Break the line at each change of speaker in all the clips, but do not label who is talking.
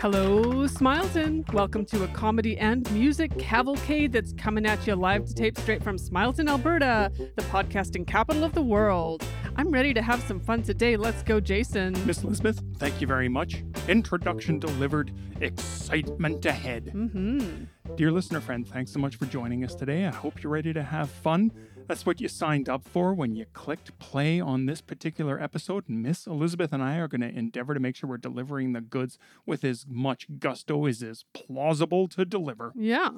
Hello, Smileton. Welcome to a comedy and music cavalcade that's coming at you live to tape straight from Smileton, Alberta, the podcasting capital of the world. I'm ready to have some fun today. Let's go, Jason.
Miss Elizabeth, thank you very much. Introduction delivered. Excitement ahead.
Mm-hmm.
Dear listener friend, thanks so much for joining us today. I hope you're ready to have fun. That's what you signed up for when you clicked play on this particular episode. Miss Elizabeth and I are going to endeavor to make sure we're delivering the goods with as much gusto as is plausible to deliver.
Yeah,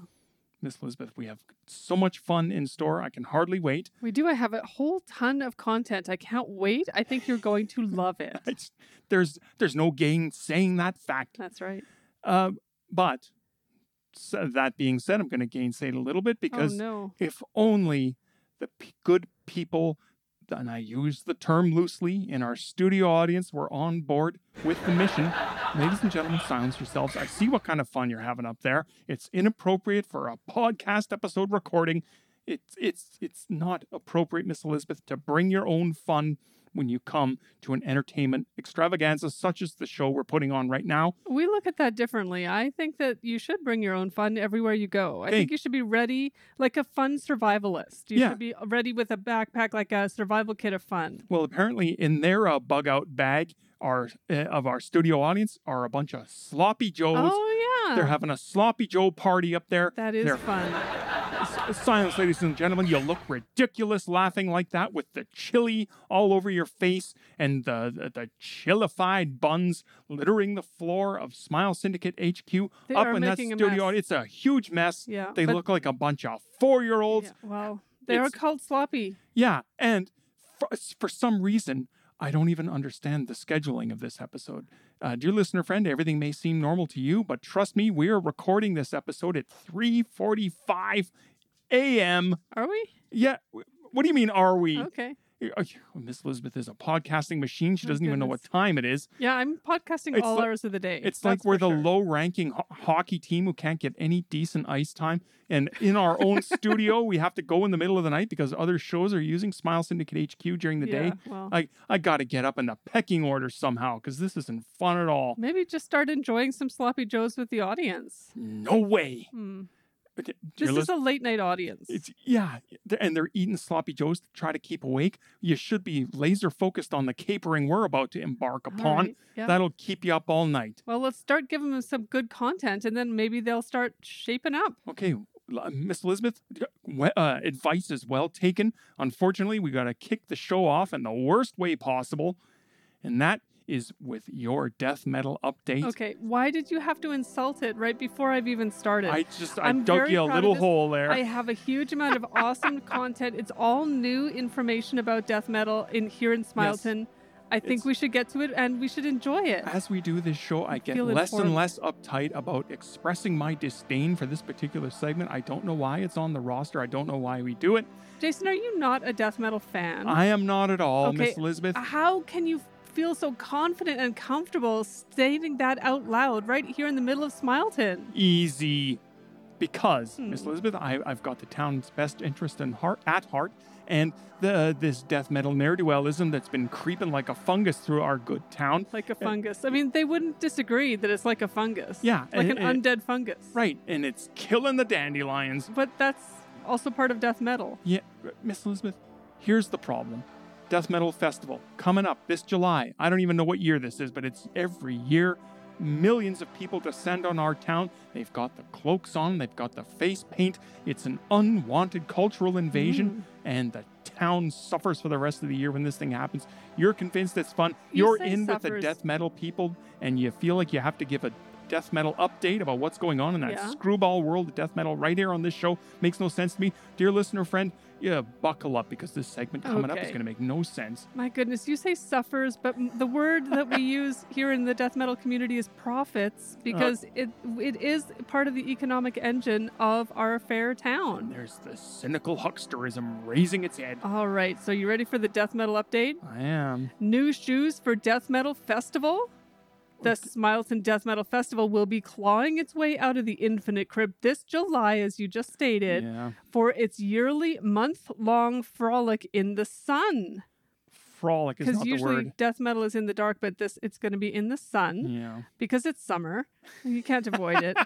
Miss Elizabeth, we have so much fun in store. I can hardly wait.
we do. I have a whole ton of content. I can't wait. I think you're going to love it.
It's, there's there's no gain saying that fact.
That's right. Oh,
Uh, but so that being said, I'm going to gainsay it a little bit
Oh,
because
no.
if only the p- good people, and I use the term loosely, in our studio audience were on board with the mission. Ladies and gentlemen, silence yourselves. I see what kind of fun you're having up there. It's inappropriate for a podcast episode recording. It's it's it's not appropriate, Miss Elizabeth, to bring your own fun when you come to an entertainment extravaganza such as the show we're putting on right now.
We look at that differently. I think that you should bring your own fun everywhere you go. I
Okay.
think you should be ready like a fun survivalist. You
Yeah.
should be ready with a backpack like a survival kit of fun.
Well, apparently, in their uh, bug out bag, our uh, of our studio audience are a bunch of sloppy joes.
Oh yeah.
They're having a sloppy joe party up there.
that is
They're-
fun.
S- Silence, ladies and gentlemen. You look ridiculous laughing like that with the chili all over your face and the the, the chillified buns littering the floor of Smile Syndicate HQ
They
up
are
in that
making a
studio.
mess.
It's a huge mess.
Yeah.
They
but-
look like a bunch of four year olds.
yeah, well, they are
it's-
called sloppy.
Yeah, and for, for some reason, I don't even understand the scheduling of this episode. Uh, dear listener friend, everything may seem normal to you, but trust me, we are recording this episode at 3:45 a.m.
Are we?
Yeah, w- what do you mean? Are we?
Okay.
Uh, Miss Elizabeth is a podcasting machine.
Oh. Oh,
She doesn't even know what
goodness.
time it is.
Yeah, I'm podcasting
It's
all
like-
hours of the day.
It's
That's
like we're
for
the
sure.
low-ranking ho- hockey team who can't get any decent ice time, and in our own studio, we have to go in the middle of the night because other shows are using Smile Syndicate HQ during the day.
Yeah, well,
I I got to get up in the pecking order somehow because this isn't fun at all.
maybe just start enjoying some sloppy joes with the audience.
No way.
Hmm.
Okay,
This
dear
is
lis-
a late night audience.
it's, yeah, th- and they're eating sloppy joes to try to keep awake. You should be laser focused on the capering we're about to embark
All
upon.
right, yeah.
That'll keep you up all night.
Well, let's start giving them some good content, and then maybe they'll start shaping up.
Okay, L- uh, Miss Elizabeth, d- we- uh, advice is well taken. Unfortunately, we got to kick the show off in the worst way possible, and that is with your death metal update.
Okay, why did you have to insult it right before I've even started?
I just I
I'm
dug
very
you a
proud of
little
this.
hole there.
I have a huge amount of awesome content. It's all new information about death metal in here in Smileton. I think
It's-
we should get to it and we should enjoy it.
As we do this show, I get
feel
less
informed.
and less uptight about expressing my disdain for this particular segment. I don't know why it's on the roster. I don't know why we do it.
Jason, are you not a death metal fan?
I am not at all, Miss
Okay, Ah.
Elizabeth.
How can you feel so confident and comfortable stating that out loud right here in the middle of Smileton?
Easy. Because,
Hmm.
Miss Elizabeth, I, I've got the town's best interest in heart, at heart, and the this death metal ne'er do wellism that's been creeping like a fungus through our good town.
Like a fungus. I mean, they wouldn't disagree that it's like a fungus.
Yeah,
Like an
and- and-
undead fungus.
Right, and it's killing the dandelions.
But that's also part of death metal.
Yeah, Miss Elizabeth, here's the problem. Death Metal Festival coming up this July. I don't even know what year this is, but it's every year. Millions of people descend on our town. They've got the cloaks on, they've got the face paint. It's an unwanted cultural invasion,
Mm.
and the town suffers for the rest of the year when this thing happens. You're convinced it's fun.
You
You're
say
in with the
suffers.
death metal people, and you feel like you have to give a death metal update about what's going on in that
Yeah.
screwball world of death metal right here on this show. Makes no sense to me. Dear listener friend, yeah, buckle up because this segment coming up is
Okay.
going to make no sense.
My goodness, you say suffers, but m- the word that we use here in the death metal community is profits
Uh,
because it it is part of the economic engine of our fair
And
town.
there's the cynical hucksterism raising its head.
All right, so you ready for the death metal update?
I am.
New shoes for Death Metal Festival. The Smileton Death Metal Festival will be clawing its way out of the infinite crib this July, as you just stated,
Yeah.
for its yearly month long frolic in the sun.
frolic is
Because
not the
usually
word.
death metal is in the dark, but this it's going to be in the sun
Yeah.
because it's summer. You can't avoid it,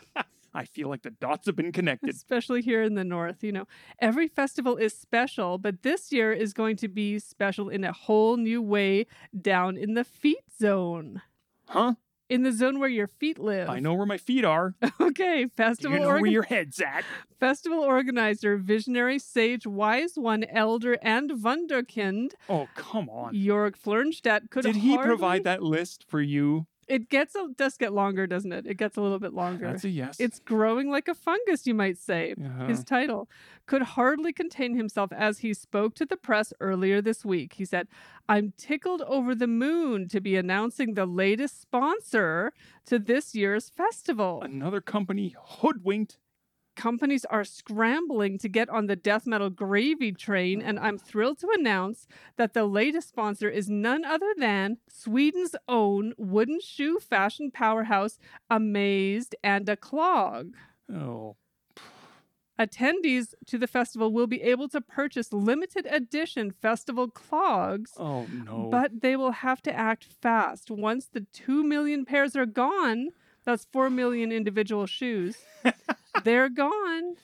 I feel like the dots have been connected.
especially here in the north. You know, every festival is special, but this year is going to be special in a whole new way down in the feet zone,
Huh?
in the zone where your feet live.
I know where my feet are.
Okay,
Do
festival
you know
organ-
where your head's at?
Festival organizer, visionary, sage, wise one, elder, and wunderkind,
Oh, come on.
Jörg Flernstedt could
Did he
hardly-
provide that list for you?
It gets a, does get longer, doesn't it? It gets a little bit longer.
That's a yes.
it's growing like a fungus, you might say.
Uh-huh.
His title could hardly contain himself as he spoke to the press earlier this week. He said, I'm tickled over the moon to be announcing the latest sponsor to this year's festival.
Another company hoodwinked.
companies are scrambling to get on the death metal gravy train, and I'm thrilled to announce that the latest sponsor is none other than Sweden's own wooden shoe fashion powerhouse, Amazed and a Clog.
Oh,
Attendees to the festival will be able to purchase limited edition festival clogs.
oh no.
But they will have to act fast. Once the 2 million pairs are gone, that's 4 million individual shoes, they're gone.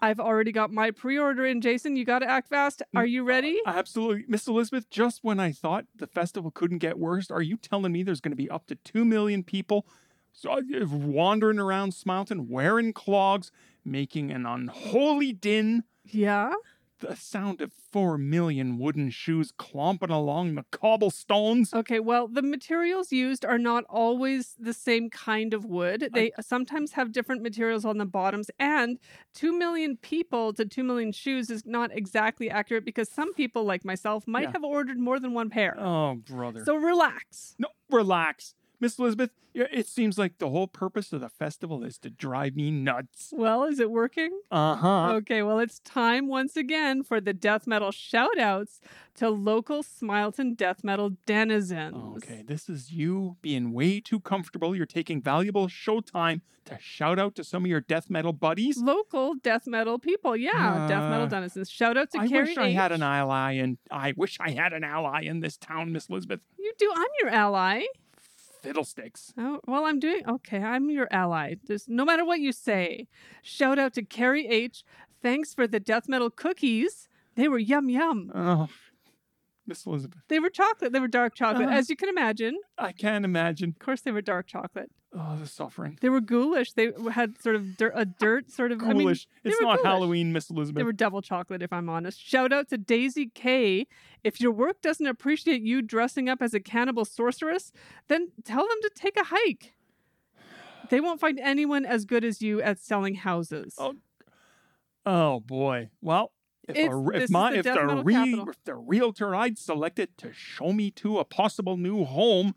I've already got my pre order in, Jason. You got to act fast. Are you ready?
Uh, Absolutely. Miss Elizabeth, just when I thought the festival couldn't get worse, are you telling me there's going to be up to 2 million people so- uh, wandering around Smountain wearing clogs, making an unholy din?
Yeah.
The sound of 4 million wooden shoes clomping along the cobblestones.
Okay. Well, the materials used are not always the same kind of wood. They uh, sometimes have different materials on the bottoms. And 2 million people to 2 million shoes is not exactly accurate because some people, like myself, might
Yeah.
have ordered more than one pair.
Oh, brother.
so relax.
no, relax. Miss Elizabeth, yeah, it seems like the whole purpose of the festival is to drive me nuts.
Well, is it working?
Uh huh.
Okay, well, it's time once again for the death metal shout outs to local Smileton death metal denizens.
Oh, Okay, this is you being way too comfortable. You're taking valuable show time to shout out to some of your death metal
Mm,
buddies.
Local death metal people. Yeah, death metal
Uh,
denizens. Shout out to
I
Carrie.
wish I had an
H.
ally, and I wish I had an ally in this town, Miss Elizabeth.
You do. I'm your ally.
Fiddlesticks.
Oh, well, I'm doing okay. I'm your ally. There's, no matter what you say. Shout out to Carrie H. Thanks for the death metal cookies. They were yum yum.
Oh, Miss Elizabeth,
They were chocolate. They were dark chocolate,
Uh.
as you can imagine.
I can't imagine.
Of course, they were dark chocolate.
Oh, the suffering.
They were ghoulish. They had sort of dirt, a dirt sort of. I mean,
Ghoulish.
they
it's
were
not
ghoulish.
Halloween, Miss
they
Elizabeth.
were double chocolate, if I'm honest. Shout out to Daisy K. If your work doesn't appreciate you dressing up as a cannibal sorceress, then tell them to take a hike. They won't find anyone as good as you at selling houses.
Oh, oh boy. Well, if,
It's-
a, re-
this
if
is
my
the
if
death
the
metal
re,
capital.
if the realtor I'd selected to show me to a possible new home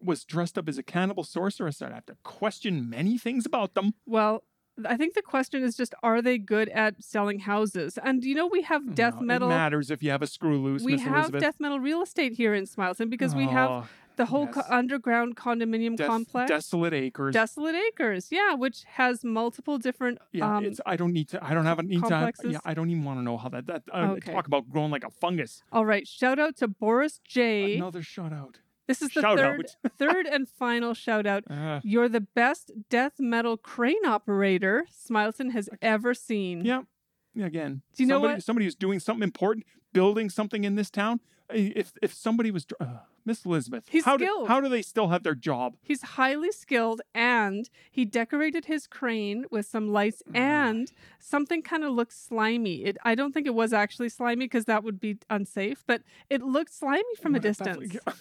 was dressed up as a cannibal sorceress, I'd have to question many things about them.
Well, I think the question is just are they good at selling houses? And you know, we have death
No,
metal.
It matters if you have a screw loose,
We
Miss
have
Elizabeth.
death metal real estate here in Smileton because we have
Oh,
the whole co-
yes.
underground condominium
des-
complex.
desolate acres.
Desolate Acres, yeah, which has multiple different.
yeah,
um,
it's, I don't need to. I don't have a need to.
complexes?
Yeah, I don't even want to know how that. That uh,
Okay.
talk about growing like a fungus.
all right, shout out to Boris J.
Another shutout.
this is the
Uh, shout
third, third and final shout out.
Uh,
You're the best death metal crane operator Smileton has ever seen.
Yeah. again.
Mm-hmm. Do you know
somebody,
what-
Somebody who's doing something important, building something in this town. I- If if somebody was dr- uh, Miss Elizabeth,
He's
how do,
skilled.
how do they still have their job?
He's highly skilled and he decorated his crane with some lights
Mm.
and something kind of looked slimy. It, I don't think it was actually slimy because that would be unsafe, but it looked slimy from a
What if that's
distance.
what-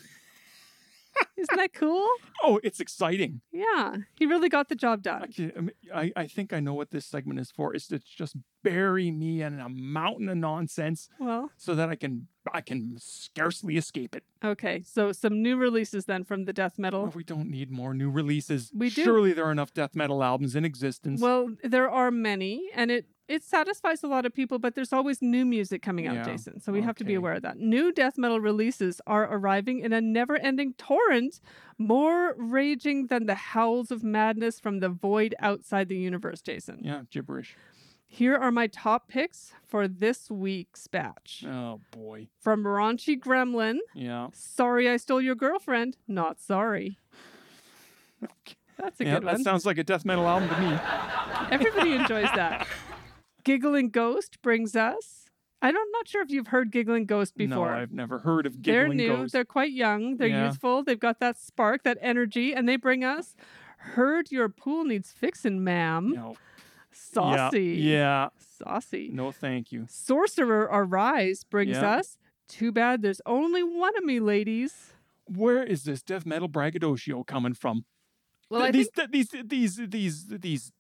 Isn't that cool?
Oh, it's exciting.
Yeah, he really got the job done.
I, can- I mean, I, I think I know what this segment is for. Is to just bury me in a mountain of nonsense
Well,
so that I can I can scarcely escape it. Oh,
okay. So some new releases then from the death metal.
we don't need more new releases.
We do.
Surely there are enough death metal albums in existence.
Well, there are many, and it it satisfies a lot of people, but there's always new music coming out,
Yeah,
Jason. So we have to be
okay.
aware of that. New death metal releases are arriving in a never-ending torrent, more raging than the howls of madness from the void outside the universe, Jason.
yeah, gibberish.
Here are my top picks for this week's batch.
Oh boy.
From Raunchy Gremlin,
Yeah.
Sorry I Stole Your Girlfriend, Not Sorry. That's a
yeah
good
that
one.
sounds like a death metal album to me.
Everybody enjoys that. Giggling Ghost brings us. I don't, I'm not sure if you've heard Giggling Ghost before.
No, I've never heard of
they're
Giggling
new.
Ghost.
They're quite young. They're
Yeah.
youthful. They've got that spark, that energy, and they bring us. Heard your pool needs fixin', ma'am.
No.
Saucy.
Yeah. yeah.
Saucy.
No, thank you.
Sorcerer Arise brings
Yeah.
us. Too bad there's only one of me, ladies.
Where is this death metal braggadocio coming from?
Well,
Th-
I
these,
think
th- these these these these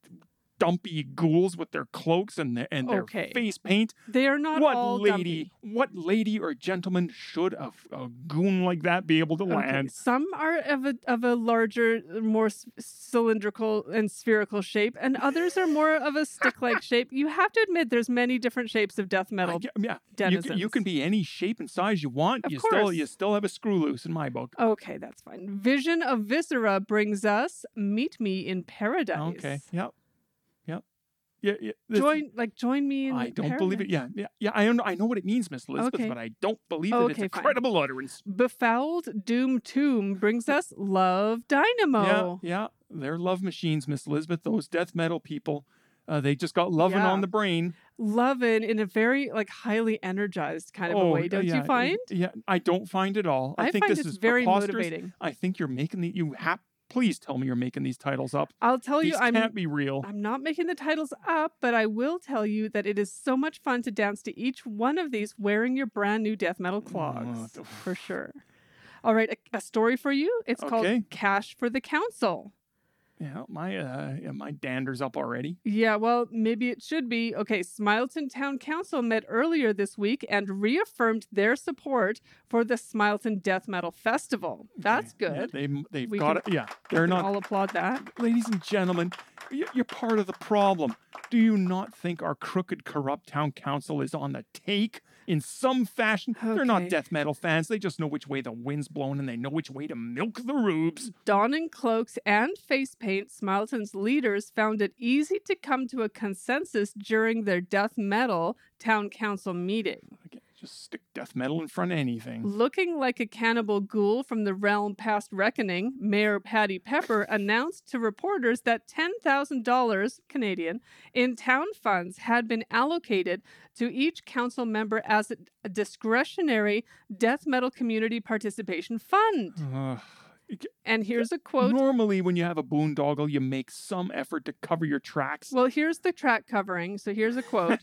dumpy ghouls with their cloaks and their and their
Okay.
face paint.
they are not all
what lady?
dumpy.
What lady or gentleman should a, f- a goon like that be able to
Okay,
land?
Some are of a of a larger, more s- cylindrical and spherical shape, and others are more of a stick-like shape. You have to admit, there's many different shapes of death
I
metal.
ge- yeah, you can, you
denizens.
can be any shape and size you want.
Of
you still
course.
you still have a screw loose in my book.
Okay, that's fine. Vision of Viscera brings us Meet Me in Paradise.
Okay. Yep. Yep. Yeah. yeah this-
Join like join me in
I don't believe it. Yeah, yeah, yeah. I know, I know what it means, Miss Elizabeth,
Okay.
but I don't believe it.
Okay,
it's a
fine.
credible utterance.
Befouled Doom Tomb brings us Love Dynamo.
Yeah, yeah. They're love machines, Miss Elizabeth. Those death metal people, uh, they just got loving
Yeah.
on the brain.
Lovin' in a very like highly energized kind of a
Oh,
way, don't
yeah,
you find?
Yeah, I don't find it all. I, think
find
this
it's
is
very
preposterous.
motivating.
I think you're making the you have. Please tell me you're making these titles up.
I'll tell
These
you, I'm
can't be real.
I'm not making the titles up, but I will tell you that it is so much fun to dance to each one of these wearing your brand new death metal clogs,
the-
for sure. All right, a, a story for you. It's
Okay.
called Cash for the Council.
yeah, my uh, yeah, my dander's up already.
Yeah, well, maybe it should be. Okay, Smileton Town Council met earlier this week and reaffirmed their support for the Smileton Death Metal Festival. That's
Yeah,
good.
they they've
We
got
can-
it. Yeah, they're not
I'll applaud that.
Ladies and gentlemen, y- you're part of the problem. Do you not think our crooked, corrupt town council is on the take in some fashion? They're
Okay.
not death metal fans. They just know which way the wind's blowing and they know which way to milk the rubes.
Donning cloaks and face paint, Smileton's leaders found it easy to come to a consensus during their death metal town council meeting.
Again, Just stick death metal in front of anything.
Looking like a cannibal ghoul from the realm past reckoning, Mayor Patty Pepper announced to reporters that $10,000 Canadian in town funds had been allocated to each council member as a discretionary death metal community participation fund.
Ugh.
And here's a quote
Normally, when you have a boondoggle, you make some effort to cover your tracks.
Well, here's the track covering. So here's a quote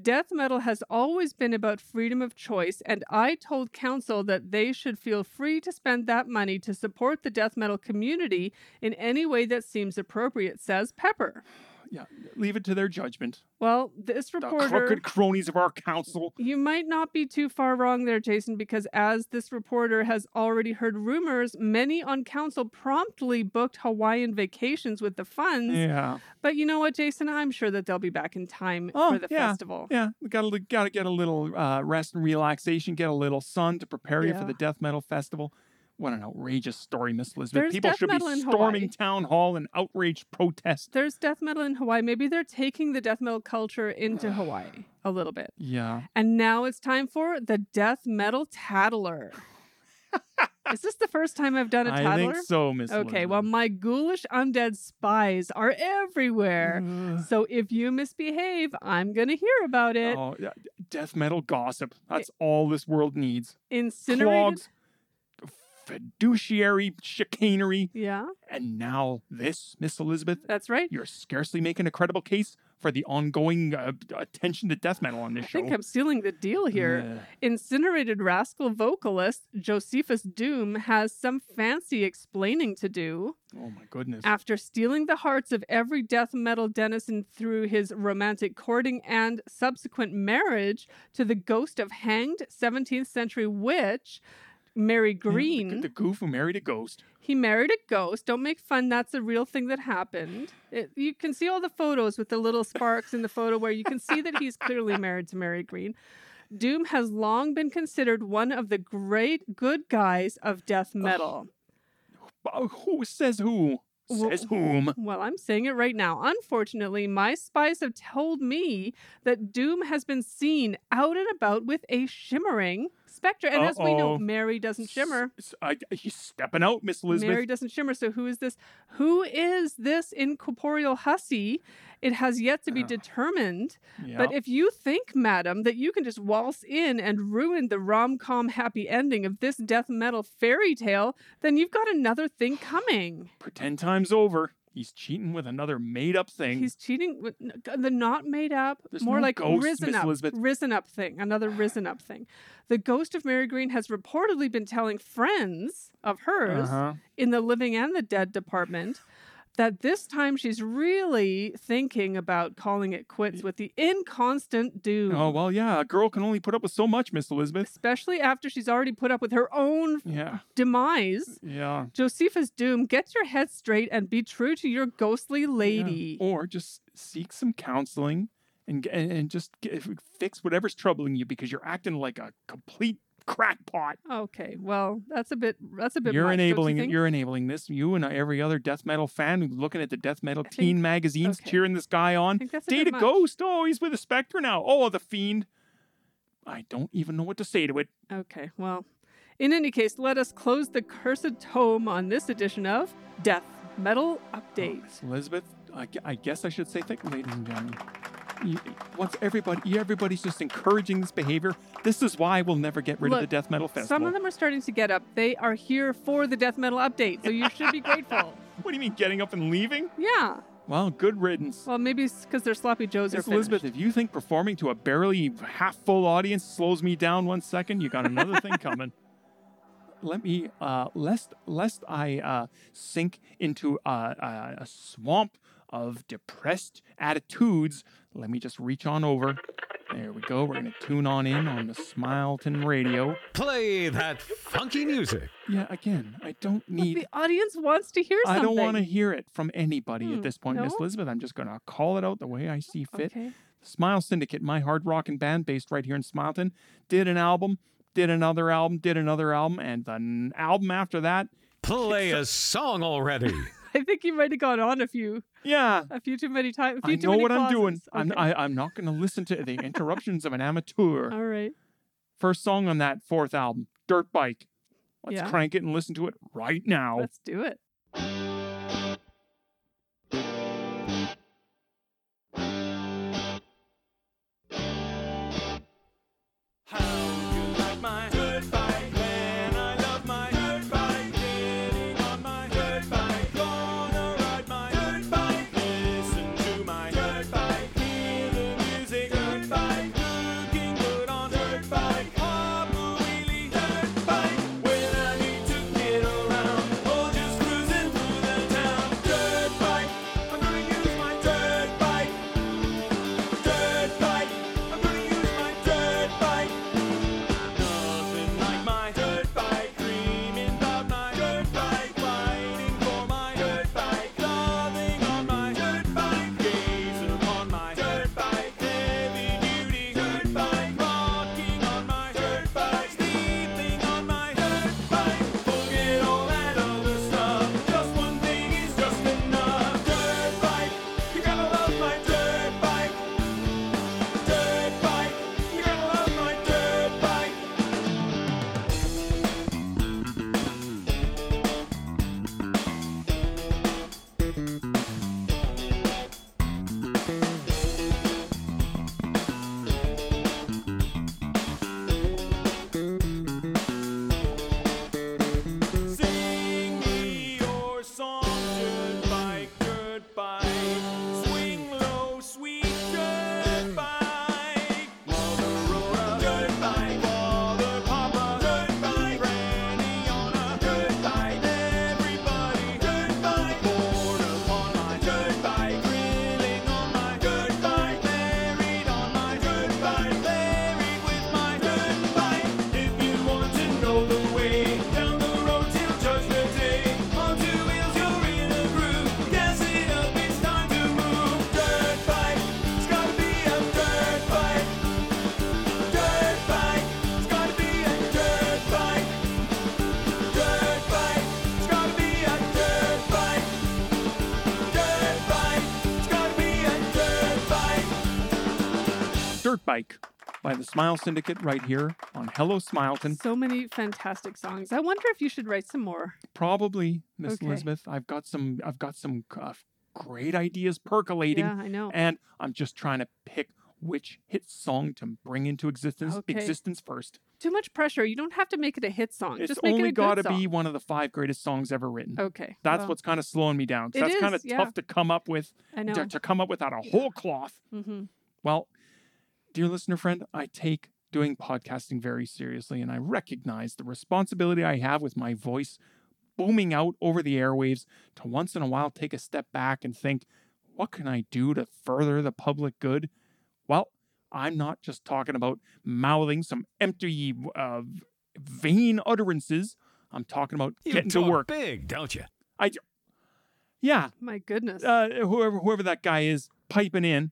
Death metal has always been about freedom of choice, and I told council that they should feel free to spend that money to support the death metal community in any way that seems appropriate, says Pepper.
yeah, leave it to their judgment.
Well, this
The
reporter.
crooked cronies of our council.
You might not be too far wrong there, Jason, because as this reporter has already heard rumors, many on council promptly booked Hawaiian vacations with the funds.
Yeah,
But you know what, Jason? I'm sure that they'll be back in time
Oh,
for the
yeah.
festival.
yeah. Got to got to get a little uh, rest and relaxation. Get a little sun to prepare you
Yeah.
for the death metal festival. What an outrageous story, Miss Elizabeth.
There's
People
death
should be
metal in Hawaii.
storming town hall in outraged protest.
there's death metal in Hawaii. Maybe they're taking the death metal culture into Hawaii a little bit.
Yeah,
And now it's time for the death metal tattler. Is this the first time I've done a
I
tattler?
think so, Miss.
Okay, well, my ghoulish undead spies are everywhere.
Elizabeth.
So if you misbehave, I'm going to hear about
Uh,
it.
Mm. oh, yeah, death metal gossip. That's all this world needs.
Incinerated.
Clogs, fiduciary chicanery,
Yeah,
and now this, Miss Elizabeth.
that's right.
You're scarcely making a credible case for the ongoing uh, attention to death metal on this
I
show.
think I'm sealing the deal here.
Uh,
Incinerated rascal vocalist Josephus Doom has some fancy explaining to do.
Oh my goodness.
After stealing the hearts of every death metal denizen through his romantic courting and subsequent marriage to the ghost of hanged 17th century witch Mary
Yeah, the-
Green,
The, goof who married a ghost.
he married a ghost. Don't make fun. That's a real thing that happened. It, you can see all the photos with the little sparks in the photo where you can see that he's clearly married to Mary Green. Doom has long been considered one of the great good guys of death metal.
But who says who?
Wh-
Says whom?
Well, I'm saying it right now. Unfortunately, my spies have told me that Doom has been seen out and about with a shimmering specter. And as we know,
Uh-oh.
Mary doesn't shimmer.
S- I, he's stepping out, Miss Elizabeth.
Mary doesn't shimmer. So who is this? Who is this incorporeal hussy? It has yet to be
Oh.
determined.
Yeah.
But if you think, madam, that you can just waltz in and ruin the rom com happy ending of this death metal fairy tale, then you've got another thing coming.
Pretend time's over. He's cheating with another made-up thing.
He's cheating. with- n- The not made up,
There's
more
no
like
ghosts,
risen
Miss
up,
Elizabeth.
risen up thing. Another risen up thing. The ghost of Mary Green has reportedly been telling friends of hers
Uh-huh.
in the living and the dead department that this time she's really thinking about calling it quits with the inconstant doom.
Oh well, yeah. A girl can only put up with so much, Miss Elizabeth.
Especially after she's already put up with her own
Yeah,
demise.
yeah.
Josephus Doom, get your head straight and be true to your ghostly
yeah.
lady.
Or just seek some counseling and g- and, and just get, fix whatever's troubling you because you're acting like a complete crackpot.
Okay, well, that's a bit that's a bit
You're
much, don't you
enabling it.
think?
You're enabling this. You and every other death metal fan who's looking at the death metal
think-
teen magazines,
okay.
cheering this guy on.
I think that's a
Date
bit
a
much.
ghost. Oh, he's with a specter now. Oh, the fiend. I don't even know what to say to it. Oh,
Okay, well, in any case, let us close the cursed tome on this edition of Death Metal Update.
Miss Elizabeth, I, gu- I guess I should say thank you, ladies and gentlemen. You, once everybody, everybody's just encouraging this behavior. This is why we'll never get rid of the
Look,
death metal festival.
Some of them are starting to get up. They are here for the death metal update, so you should be grateful.
What do you mean getting up and leaving?
Yeah.
Well, good riddance.
Well, maybe it's because their sloppy joes are
Miss
finished.
Elizabeth, if you think performing to a barely half full audience slows me down one second, you got another thing coming. Let me, uh, lest lest I uh, sink into uh, uh, a swamp of depressed attitudes. Let me just reach on over. There we go. We're gonna tune on in on the Smileton Radio.
Play that funky music.
Yeah, again, I don't
Look,
need.
the audience wants to hear
I
something.
don't want to hear it from anybody
Hmm,
at this point, Miss
no?
Elizabeth. I'm just gonna call it out the way I see fit.
Okay.
Smile Syndicate, my hard rockin' band based right here in Smileton, did an album, did another album, did another album, and the n- album after that,
Play a song already.
I think you might have gone on a few,
yeah,
a few too many times.
I know what I'm doing. I'm
Okay.
I, I'm not going to listen to the interruptions of an amateur.
All right.
First song on that fourth album, Dirt Bike. Let's
Yeah.
crank it and listen to it right now.
Let's do it.
How do you like my dirt bike? Man, I love my dirt bike. Getting on my dirt bike, gonna ride my dirt bike. Listen to my dirt bike, hear the music. Dirt bike, looking good on dirt bike. Hop a wheelie dirt bike. When I need to get around, or just cruising through the
Bike by the Smile Syndicate right here on Hello Smileton.
So many fantastic songs. I wonder if you should write some more.
Probably Miss
Okay.
Elizabeth. I've got some. I've got some uh, great ideas percolating,
Yeah, I know.
and I'm just trying to pick which hit song to bring into existence.
Okay.
Existence first.
Too much pressure. You don't have to make it a hit song.
it's
Just make it
only
a
got to
good song.
be one of the five greatest songs ever written.
Okay.
That's
well,
what's kind of slowing me down. 'cause
It
That's kind of
is, yeah.
tough to come up with.
I know.
To, to come up with out of whole cloth.
hmm
Well, dear listener friend, I take doing podcasting very seriously and I recognize the responsibility I have with my voice booming out over the airwaves to once in a while take a step back and think, what can I do to further the public good? Well, I'm not just talking about mouthing some empty, uh, vain utterances. I'm talking about
You
getting to
talk
work.
big, don't you?
Yeah,
My goodness.
uh, whoever whoever that guy is piping in.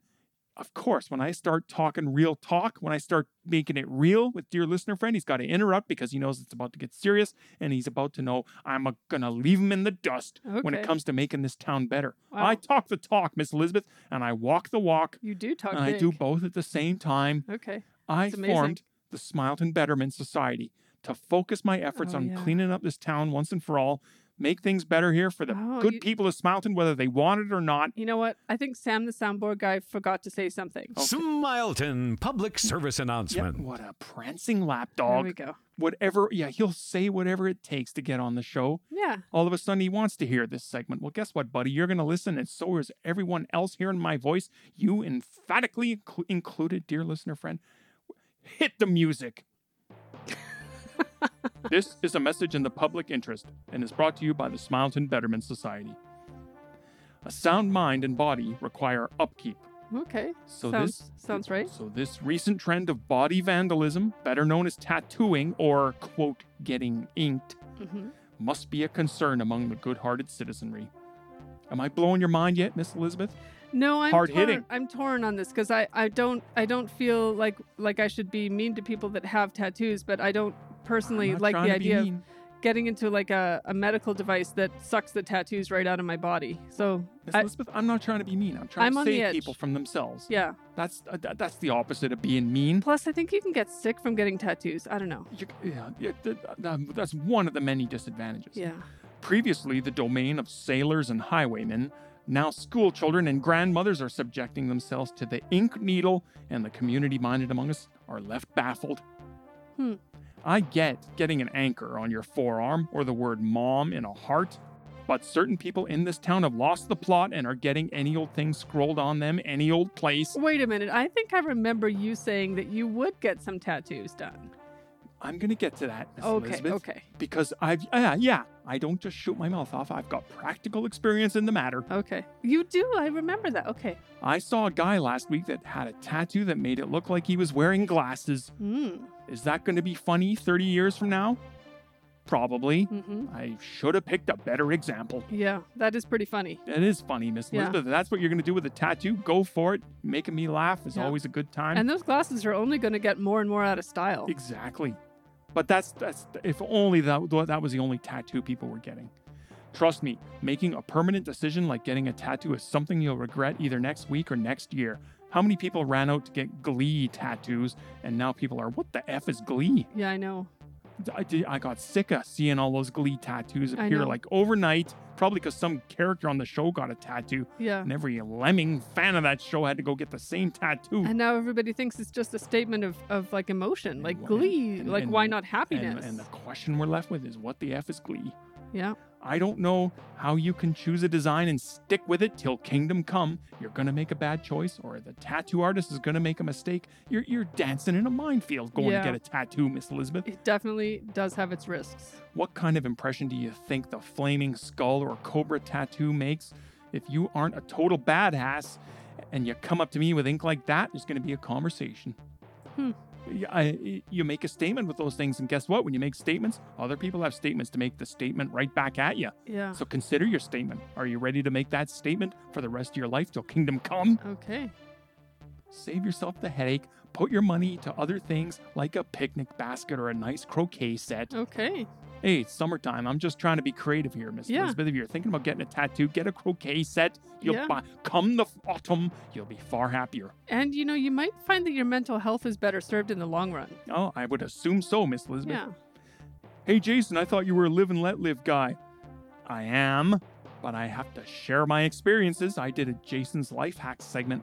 Of course, when I start talking real talk, when I start making it real with dear listener friend, he's got to interrupt because he knows it's about to get serious, and he's about to know I'm a- gonna leave him in the dust when it
Okay.
comes to making this town better.
Wow.
I talk the talk, Miss Elizabeth, and I walk the walk,
you do talk
and I
big.
do both at the same time.
Okay.
I
It's amazing.
formed the Smileton Betterment Society to focus my efforts
Oh,
on
yeah.
cleaning up this town once and for all, make things better here for the
Oh,
good
you-
people of Smileton, whether they want it or not.
You know what? I think Sam the soundboard guy forgot to say something.
Oh,
Smileton public service
Yeah,
announcement.
what a prancing
There we
lapdog.
go.
Whatever, yeah, he'll say whatever it takes to get on the show.
Yeah.
All of a sudden, he wants to hear this segment. Well, guess what, buddy? You're going to listen, and so is everyone else hearing my voice, you emphatically inclu- included, dear listener friend. Hit the music. this is a message in the public interest and is brought to you by the Smileton Betterment Society. A sound mind and body require upkeep.
Okay.
So
sounds,
this
sounds right.
So this recent trend of body vandalism, better known as tattooing or quote getting inked,
hmm
must be a concern among the good-hearted citizenry. Am I blowing your mind yet, Miss Elizabeth?
No, I'm
Hard
torn.
hitting.
I'm torn on this because I, I don't I don't feel like like I should be mean to people that have tattoos, but I don't personally
I'm not
like
trying
the
to be
idea of
mean.
getting into like a, a medical device that sucks the tattoos right out of my body. So
Miss
I-
Elizabeth, I'm not trying to be mean. I'm trying
I'm
to
on the
save
edge.
people from themselves.
yeah.
That's uh, th- that's the opposite of being mean.
Plus, I think you can get sick from getting tattoos. I don't know.
You, yeah, yeah, th- th- that's one of the many disadvantages.
Yeah.
Previously the domain of sailors and highwaymen, now school children and grandmothers are subjecting themselves to the ink needle, and the community minded among us are left baffled.
Hmm.
I get getting an anchor on your forearm or the word mom in a heart, but certain people in this town have lost the plot and are getting any old thing scrolled on them any old place.
Wait a minute. I think I remember you saying that you would get some tattoos done.
I'm gonna get to that, Miss
okay.
Elizabeth.
Okay.
Because I've yeah, yeah, I don't just shoot my mouth off. I've got practical experience in the matter.
Okay. You do. I remember that. Okay.
I saw a guy last week that had a tattoo that made it look like he was wearing glasses.
Mm.
Is that going to be funny 30 years from now? Probably.
hmm
I should have picked a better example.
Yeah. That is pretty funny.
It is funny, Miss
Yeah.
Elizabeth. If that's what you're going to do with a tattoo. Go for it. Making me laugh is
Yeah.
always a good time.
And those glasses are only going to get more and more out of style.
Exactly. But that's that's if only that that was the only tattoo people were getting. Trust me, making a permanent decision like getting a tattoo is something you'll regret either next week or next year. How many people ran out to get Glee tattoos, and now people are, what the f is Glee?
Yeah, I know.
I, did, I got sick of seeing all those Glee tattoos
I
appear
know.
like overnight, probably because some character on the show got a tattoo,
Yeah.
and every lemming fan of that show had to go get the same tattoo.
And now everybody thinks it's just a statement of, of like emotion,
And
like
wh-
glee,
and-
like
and-
why not
and,
happiness?
and the question we're left with is, what the f is Glee?
yeah.
I don't know how you can choose a design and stick with it till kingdom come. You're going to make a bad choice, or the tattoo artist is going to make a mistake. You're, you're dancing in a minefield going
Yeah.
to get a tattoo, Miss Elizabeth.
It definitely does have its risks.
What kind of impression do you think the flaming skull or cobra tattoo makes? If you aren't a total badass and you come up to me with ink like that, there's going to be a conversation.
Hmm.
Y- I- you make a statement with those things, and guess what? When you make statements, other people have statements to make the statement right back at you.
Yeah.
So consider your statement. Are you ready to make that statement for the rest of your life till kingdom come?
Okay.
Save yourself the headache. Put your money to other things like a picnic basket or a nice croquet set.
Okay.
hey, it's summertime. I'm just trying to be creative here, Miss
Yeah.
Elizabeth. If you're thinking about getting a tattoo, get a croquet set. You'll
Yeah.
buy, come the autumn, you'll be far happier.
And you know, you might find that your mental health is better served in the long run.
Oh, I would assume so, Miss Elizabeth.
Yeah.
Hey, Jason, I thought you were a live and let live guy. I am, but I have to share my experiences. I did a Jason's Life Hacks segment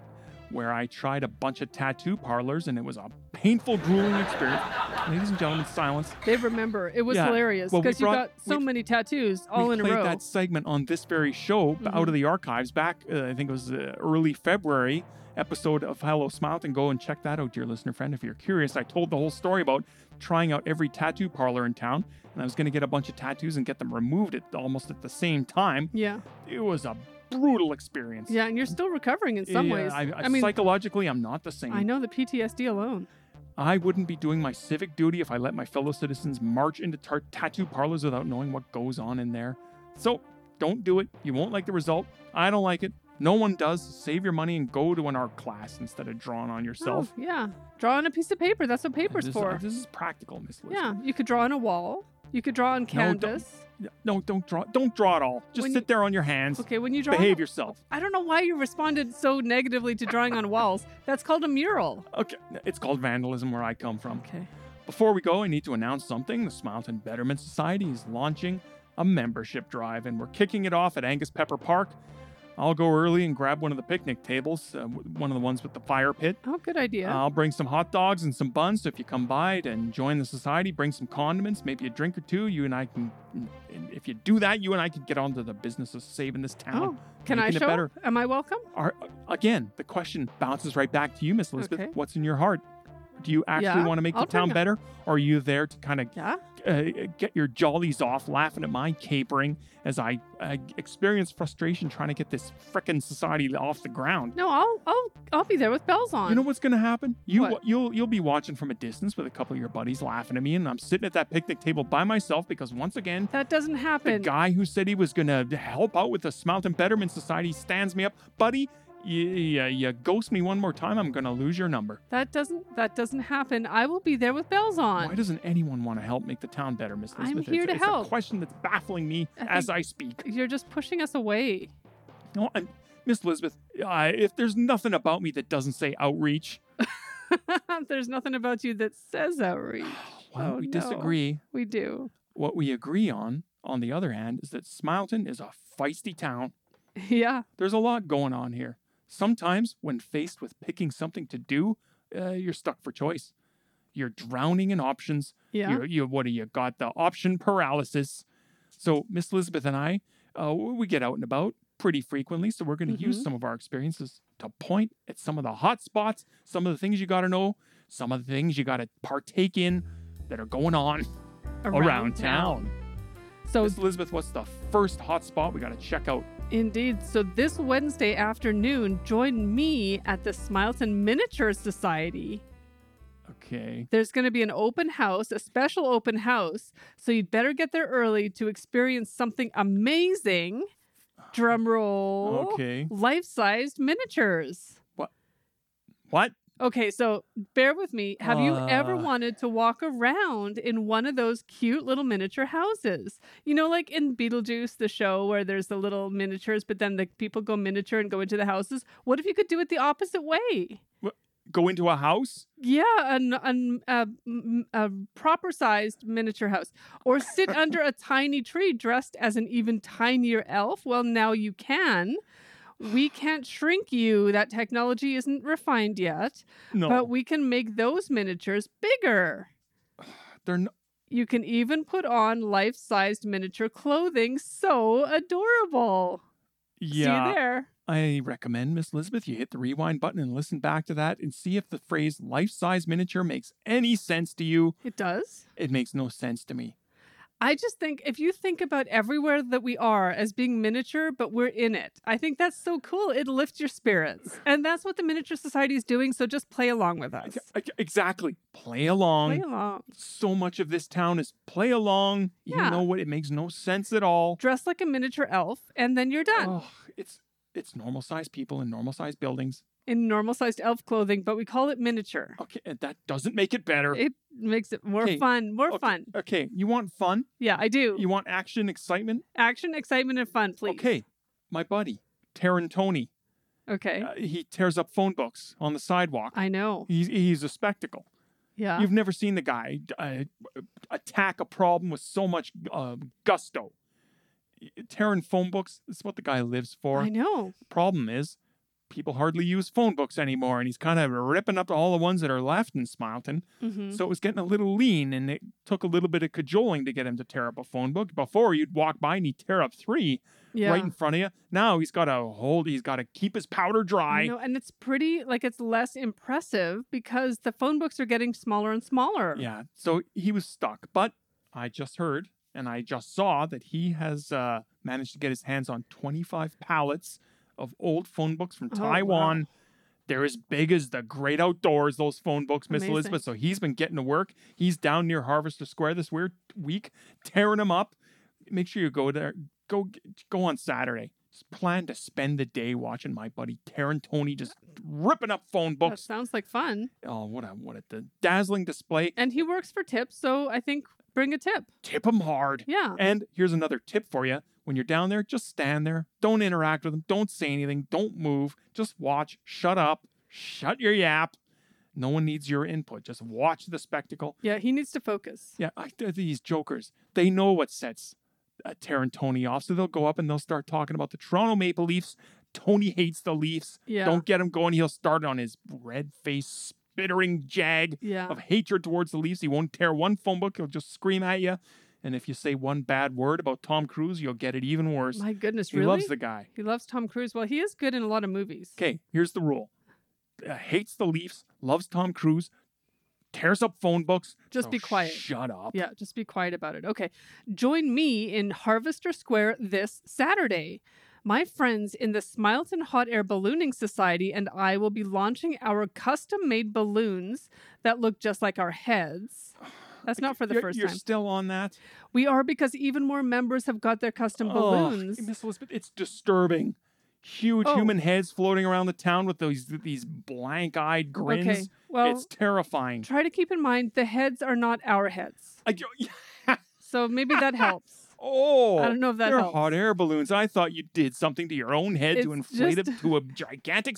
where I tried a bunch of tattoo parlors and it was a painful, grueling experience. Ladies and gentlemen, silence.
They remember. It was
Yeah.
hilarious
Well, we
because you
brought-
got so
we-
many tattoos all
we
in a
played
row. Mm-hmm.
that segment on this very show b- out of the archives back, uh, I think it was uh, early February episode of Hello Smile and go and check that out, dear listener friend. If you're curious, I told the whole story about trying out every tattoo parlor in town and I was going to get a bunch of tattoos and get them removed at almost at the same time.
Yeah.
It was a brutal experience.
Yeah. And you're still recovering in some
Yeah,
ways.
I, I,
mean,
psychologically, I'm not the same.
I know the PTSD alone.
I wouldn't be doing my civic duty if I let my fellow citizens march into tar- tattoo parlors without knowing what goes on in there. So don't do it. You won't like the result. I don't like it. No one does. Save your money and go to an art class instead of drawing on
Oh,
yourself.
yeah. Draw on a piece of paper. That's what paper's
this,
for.
this is practical, Miss Liz.
yeah. You could draw on a wall. You could draw on
don't-
canvas.
No, don't draw. Don't draw at all. Just
When
sit there on your hands.
okay. When you draw. on a-
Behave yourself.
I don't know why you responded so negatively to drawing on walls. That's called a mural.
Okay, it's called vandalism where I come from.
Okay.
Before we go, I need to announce something. The Smileton Betterment Society is launching a membership drive, and we're kicking it off at Angus Pepper Park. I'll go early and grab one of the picnic tables, uh, w- one of the ones with the fire pit.
Oh, good idea.
I'll bring some hot dogs and some buns. So if you come by and join the society, bring some condiments, maybe a drink or two. You and I can, and if you do that, you and I can get on to the business of saving this
oh,
town.
can I
making it
show?
better.
Am I welcome?
Are, again, the question bounces right back to you, Miss Elizabeth.
Oh. Okay.
What's in your heart? Do you actually
Yeah,
want to make
I'll
the town
bring it.
better? Or are you there to kind of
Yeah.
uh, get your jollies off laughing at my capering as I uh, experience frustration trying to get this frickin' society off the ground.
No, I'll I'll I'll be there with bells on.
You know what's gonna happen? You
What?
you'll you'll be watching from a distance with a couple of your buddies laughing at me, and I'm sitting at that picnic table by myself because once again,
that doesn't
the
happen.
guy who said he was gonna help out with the Smountain Betterment Society stands me up, buddy. You, you, you ghost me one more time, I'm gonna lose your number.
That doesn't that doesn't happen. I will be there with bells on.
Why doesn't anyone want to help make the town better, Miss
I'm
Elizabeth?
here
it's,
to
it's
help.
a question that's baffling me
I
as
think-
I speak.
You're just pushing us away.
No, I'm, Miss Elizabeth, I, if there's nothing about me that doesn't say outreach,
There's nothing about you that says outreach.
well,
Oh,
we
no.
disagree.
We do.
What we agree on, on the other hand, is that Smileton is a feisty town.
Yeah.
There's a lot going on here. Sometimes, when faced with picking something to do, uh, you're stuck for choice. You're drowning in options.
Yeah.
You, you, what do you got? The option paralysis. So, Miss Elizabeth and I, uh, we get out and about pretty frequently. So, we're going to use
Mhm.
some of our experiences to point at some of the hot spots, some of the things you got to know, some of the things you got to partake in that are going on around, town.
So
Miss Elizabeth, what's the first hot spot we got to check out?
Indeed. So this Wednesday afternoon, join me at the Smileton Miniature Society. Oh.
Okay.
There's going to be an open house, a special open house. So you'd better get there early to experience something amazing. Drum roll.
Okay.
Life sized miniatures.
What?
Okay, so bear with me. Have you ever
Uh.
wanted to walk around in one of those cute little miniature houses? You know, like in Beetlejuice, the show where there's the little miniatures, but then the people go miniature and go into the houses. What if you could do it the opposite way?
Go into a house?
Yeah, an, an, a, m- a proper sized miniature house. Or sit under a tiny tree dressed as an even tinier elf. Well, now you can. We can't shrink you. That technology isn't refined yet.
No.
But we can make those miniatures bigger.
they're n-
You can even put on life sized miniature clothing. So adorable. See you
yeah.
there.
I recommend, Miss Elizabeth, you hit the rewind button and listen back to that and see if the phrase life size miniature makes any sense to you.
It does.
It makes no sense to me.
I just think if you think about everywhere that we are as being miniature, but we're in it, I think that's so cool. It lifts your spirits. And that's what the Miniature Society is doing. So just play along with us.
E- Exactly. Play along.
Play along.
So much of this town is play along. You
Yeah.
know what? It makes no sense at all.
Dress like a miniature elf, and then you're done.
Oh, it's it's normal sized people in normal sized buildings.
in normal sized elf clothing, but we call it miniature.
Okay, and that doesn't make it better.
It makes it more
Okay.
fun. More
Okay.
fun.
Okay, you want fun?
Yeah, I do.
You want action, excitement?
Action, excitement, and fun, please.
Okay, my buddy, Tarantoni,
Okay.
uh, he tears up phone books on the sidewalk.
I know.
He's, he's a spectacle.
Yeah.
You've never seen the guy uh, attack a problem with so much uh, gusto. Tearing phone books, this is what the guy lives for.
I know.
Problem is, people hardly use phone books anymore, and he's kind of ripping up all the ones that are left in Smileton.
hmm
So it was getting a little lean, and it took a little bit of cajoling to get him to tear up a phone book. Before, you'd walk by and he'd tear up three
Yeah.
right in front of you. Now he's got to hold, he's got to keep his powder dry.
You know, and it's pretty like it's less impressive because the phone books are getting smaller and smaller.
Yeah. So he was stuck, but I just heard and I just saw that he has uh, managed to get his hands on 25 pallets of old phone books from
Oh, wow.
Taiwan. They're as big as the great outdoors, those phone books, Miss
Amazing.
Elizabeth. So he's been getting to work. He's down near Harvester Square this weird week, tearing them up. Make sure you go there. Go go on Saturday. Just plan to spend the day watching my buddy Tarantoni just ripping up phone
That
books.
sounds like fun.
Oh, what a what a d- dazzling display.
And he works for tips, so I think bring a tip.
Tip him hard.
Yeah.
And here's another tip for you. When you're down there, just stand there. Don't interact with them. Don't say anything. Don't move. Just watch. Shut up. Shut your yap. No one needs your input. Just watch the spectacle.
Yeah, he needs to focus.
Yeah, I, they're these jokers, they know what sets uh, Tarantoni off. So they'll go up and they'll start talking about the Toronto Maple Leafs. Tony hates the Leafs.
Yeah.
Don't get him going. He'll start on his red face, spittering jag
yeah.
of hatred towards the Leafs. He won't tear one phone book. He'll just scream at you. And if you say one bad word about Tom Cruise, you'll get it even worse.
My goodness,
he
really?
loves the guy.
He loves Tom Cruise. Well, he is good in a lot of movies.
Okay, here's the rule: Uh, hates the Leafs, loves Tom Cruise, tears up phone books.
Just
so
be quiet.
Shut up.
Yeah, just be quiet about it. Okay. Join me in Harvester Square this Saturday. My friends in the Smileton Hot Air Ballooning Society and I will be launching our custom made balloons that look just like our heads. That's not for the
you're,
1st
You're
time.
still on that.
we are because even more members have got their custom
Oh,
balloons.
Miss Elizabeth, it's disturbing. Huge
Oh.
human heads floating around the town with these these blank-eyed grins.
Okay. Well,
it's terrifying.
try to keep in mind the heads are not our heads.
I go-
So maybe that helps.
Oh,
I don't know if that
they're
helps.
hot air balloons. I thought you did something to your own head to
It's
inflate
just-
it to a gigantic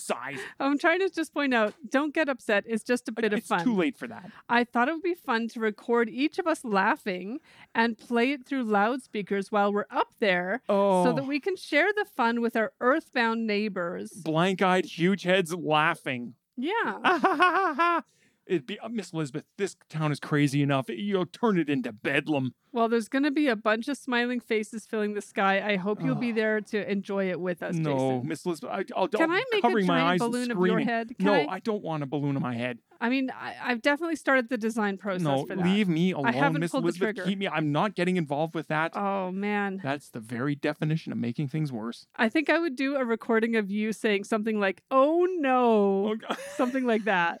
size.
I'm trying to just point out don't get upset. It's just a bit of
it's
fun.
too late for that.
I thought it would be fun to record each of us laughing and play it through loudspeakers while we're up there
Oh,
so that we can share the fun with our earthbound neighbors.
blank-eyed, huge heads laughing.
Yeah.
Ah, ha, ha, ha, ha. It'd be uh, Miss Elizabeth. This town is crazy enough. You'll turn it into bedlam.
Well, there's going to be a bunch of smiling faces filling the sky. I hope you'll be
Oh.
there to enjoy it with us,
no,
Jason.
Miss Elizabeth. I, I'll,
Can
I'll
I make a
covering my
giant
eyes and
balloon of your
screaming.
head? Can
no,
I-
I... don't want a balloon in my head.
I mean, I, I've definitely started the design process
no,
for that.
leave me alone,
haven't
Miss
pulled the
Elizabeth.
trigger.
Keep me. I'm not getting involved with that.
Oh, man.
That's the very definition of making things worse.
I think I would do a recording of you saying something like, oh no,
Oh, God.
something like that.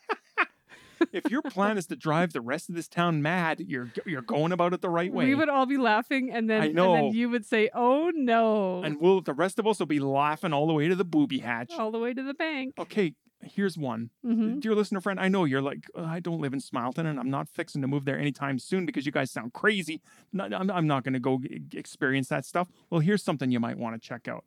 if your plan is to drive the rest of this town mad, you're you're going about it the right way.
We would all be laughing, and then,
I
and
know.
then you would say, "Oh no!"
and we'll the rest of us will be laughing all the way to the booby hatch.
all the way to the bank.
Okay, here's one.
Mhm.
Dear listener friend, I know you're like, "Uh, I don't live in Smileton and I'm not fixing to move there anytime soon because you guys sound crazy. No, I'm, I'm not going to go e- experience that stuff. Well, here's something you might want to check out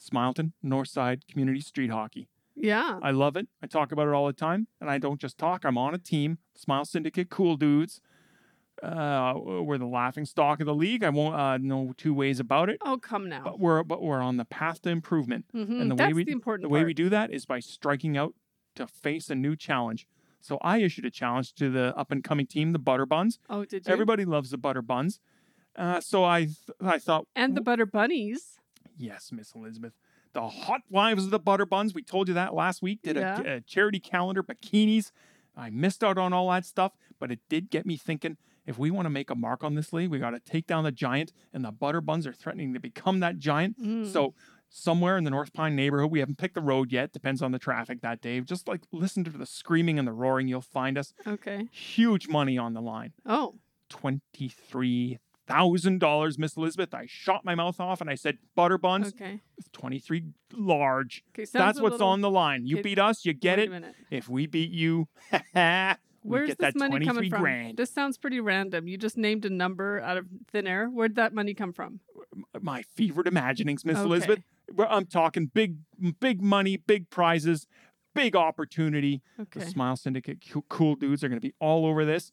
Smileton, Northside Community Street Hockey.
Yeah,
I love it. I talk about it all the time, and I don't just talk. I'm on a team, Smile Syndicate, cool dudes. Uh, we're the laughing stock of the league. I won't uh, know two ways about it.
oh come now.
But we're but we're on the path to improvement,
Mhm.
and the
That's
way we
the important
the way
part.
we do that is by striking out to face a new challenge. So I issued a challenge to the up and coming team, the Butter Buns.
oh, did you?
Everybody loves the Butter Buns. Uh, so I th- I thought
and the butter bunnies.
Yes, Miss Elizabeth. The Hot Wives of the Butter Buns. We told you that last week. Did
Yeah.
a, a charity calendar, bikinis. I missed out on all that stuff, but it did get me thinking if we want to make a mark on this league, we got to take down the giant, and the Butter Buns are threatening to become that giant.
Mm.
So, somewhere in the North Pine neighborhood, we haven't picked the road yet, depends on the traffic that day. Just like listen to the screaming and the roaring, you'll find us.
Okay.
Huge money on the line
Oh,
$23,000. $1,000, Miss Elizabeth. I shot my mouth off and I said, Butter buns,
Okay.
23 large.
Okay. Sounds
That's
a
what's
little-
on the line. You
It-
beat us, you get
Wait a
it.
minute.
If we beat you, we
Where's
get
this
that
money
23
coming from?
grand.
This sounds pretty random. You just named a number out of thin air. Where'd that money come from?
My fevered imaginings, Miss
Okay.
Elizabeth. Well, I'm talking big, big money, big prizes, big opportunity.
Okay.
The Smile Syndicate, cu- cool dudes are going to be all over this.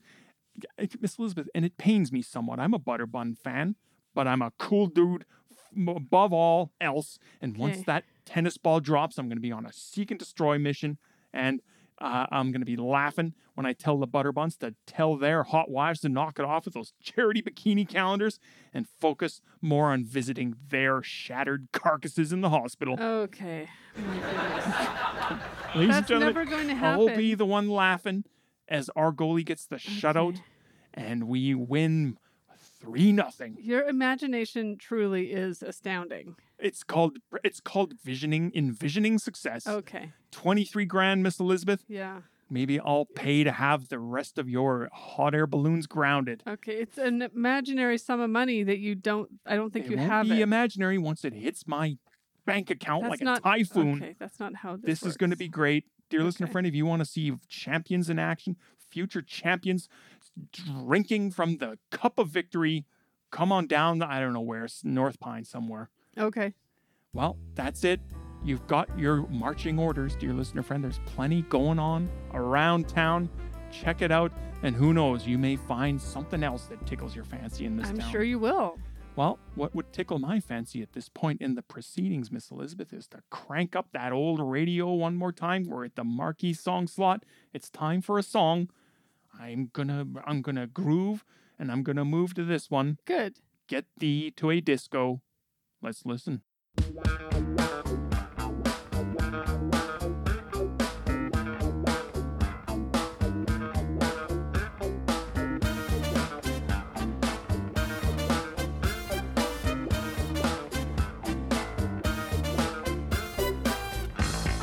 It- Miss Elizabeth, and it pains me somewhat. I'm a butter bun fan, but I'm a cool dude f- above all else. And once
Okay.
that tennis ball drops, I'm going to be on a seek and destroy mission. And uh, I'm going to be laughing when I tell the butter buns to tell their hot wives to knock it off with those charity bikini calendars and focus more on visiting their shattered carcasses in the hospital.
Oh, Okay. My goodness.
Ladies and
That's
gentlemen,
never going to happen.
I'll be the one laughing as our goalie gets the shutout and we win 3 nothing.
Your imagination truly is astounding.
It's called it's called visioning envisioning success.
Okay.
23 grand Miss Elizabeth.
Yeah.
Maybe I'll pay to have the rest of your hot air balloons grounded.
Okay. It's an imaginary sum of money that you don't. I don't think
it
you
won't
have
be
it.
imaginary once it hits my bank account
That's
like
not
a typhoon.
Okay. That's not how this.
This is going to
works.
be great. Dear listener
Okay.
friend, if you want to see champions in action, future champions drinking from the cup of victory, come on down. I don't know where, s- North Pine somewhere.
Okay.
Well, that's it. You've got your marching orders, dear listener friend. There's plenty going on around town. Check it out. And who knows, you may find something else that tickles your fancy in this
I'm
town.
sure you will.
Well, what would tickle my fancy at this point in the proceedings, Miss Elizabeth, is to crank up that old radio one more time. We're at the marquee song slot. It's time for a song. I'm gonna I'm gonna groove and I'm gonna move to this one.
Good.
Get thee to a disco. Let's listen.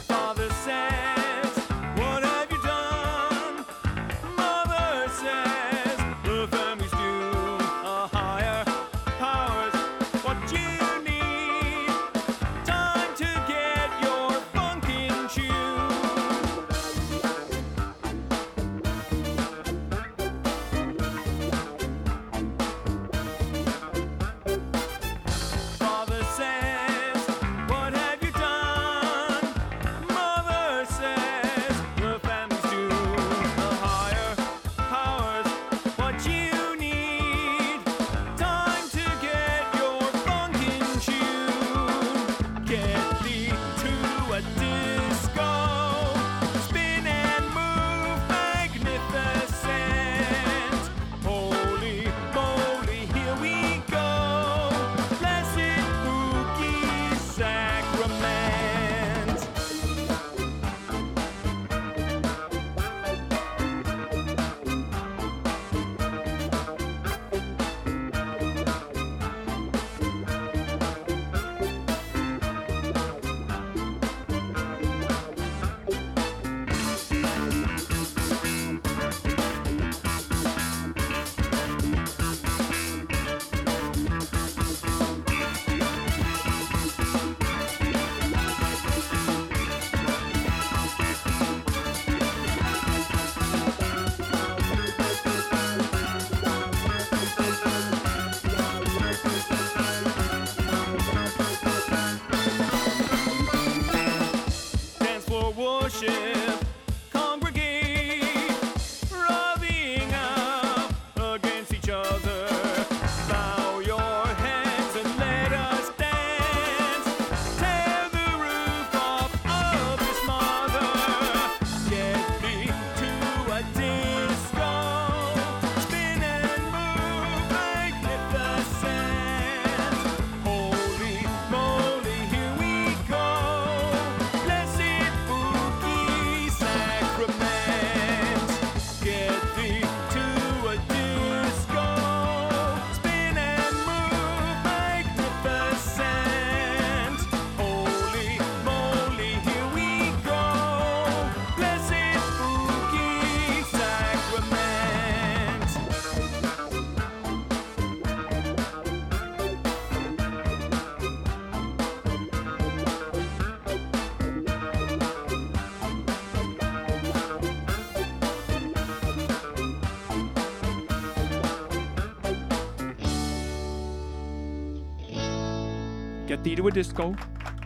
Father says, What have you done? Mother says, The family's due a higher powers. What you need? Time to get your funkin' shoe. Father says, What have you done? Mother says, The family's due the higher powers. What you need? Time to get your funkin' tune. Get thee to a disco. Spin and move magnificent. Holy moly, here we go. Blessed spooky sacrament.
Get Thee to a Disco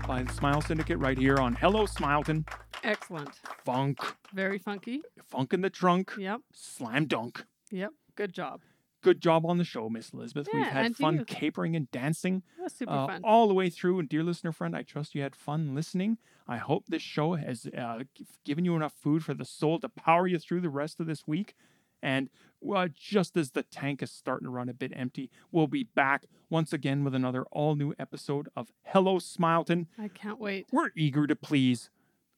by the Smile Syndicate right here on Hello Smileton.
Excellent.
Funk,
Very funky.
Funk in the Trunk,
Yep.
Slam Dunk.
Yep. Good job.
Good job on the show, Miss Elizabeth. We've
Yeah,
had
and
fun
you.
capering and dancing.
That was super
uh,
fun.
all the way through. And dear listener friend, I trust you had fun listening. I hope this show has uh, g- given you enough food for the soul to power you through the rest of this week. And uh, just as the tank is starting to run a bit empty, we'll be back once again with another all new episode of Hello Smileton.
I can't wait.
We're eager to please.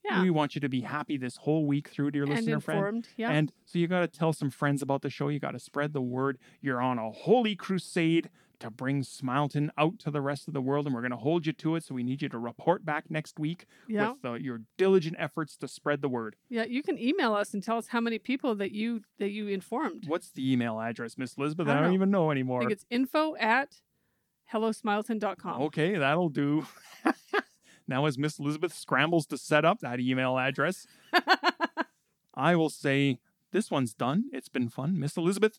Yeah.
We want you to be happy this whole week through, dear
and
listener friend.
informed. Yeah.
And so you got to tell some friends about the show. You got to spread the word. You're on a holy crusade to bring Smileton out to the rest of the world, and we're going to hold you to it. So we need you to report back next week
yeah.
with uh, your diligent efforts to spread the word.
yeah. You can email us and tell us how many people that you that you informed.
What's the email address, Miss Elizabeth?
I
I
don't
don't,
know.
even know
I
anymore.
think it's info at hellosmileton.com.
Okay, that'll do. now, as Miss Elizabeth scrambles to set up that email address, I will say this one's done. It's been fun. Miss Elizabeth,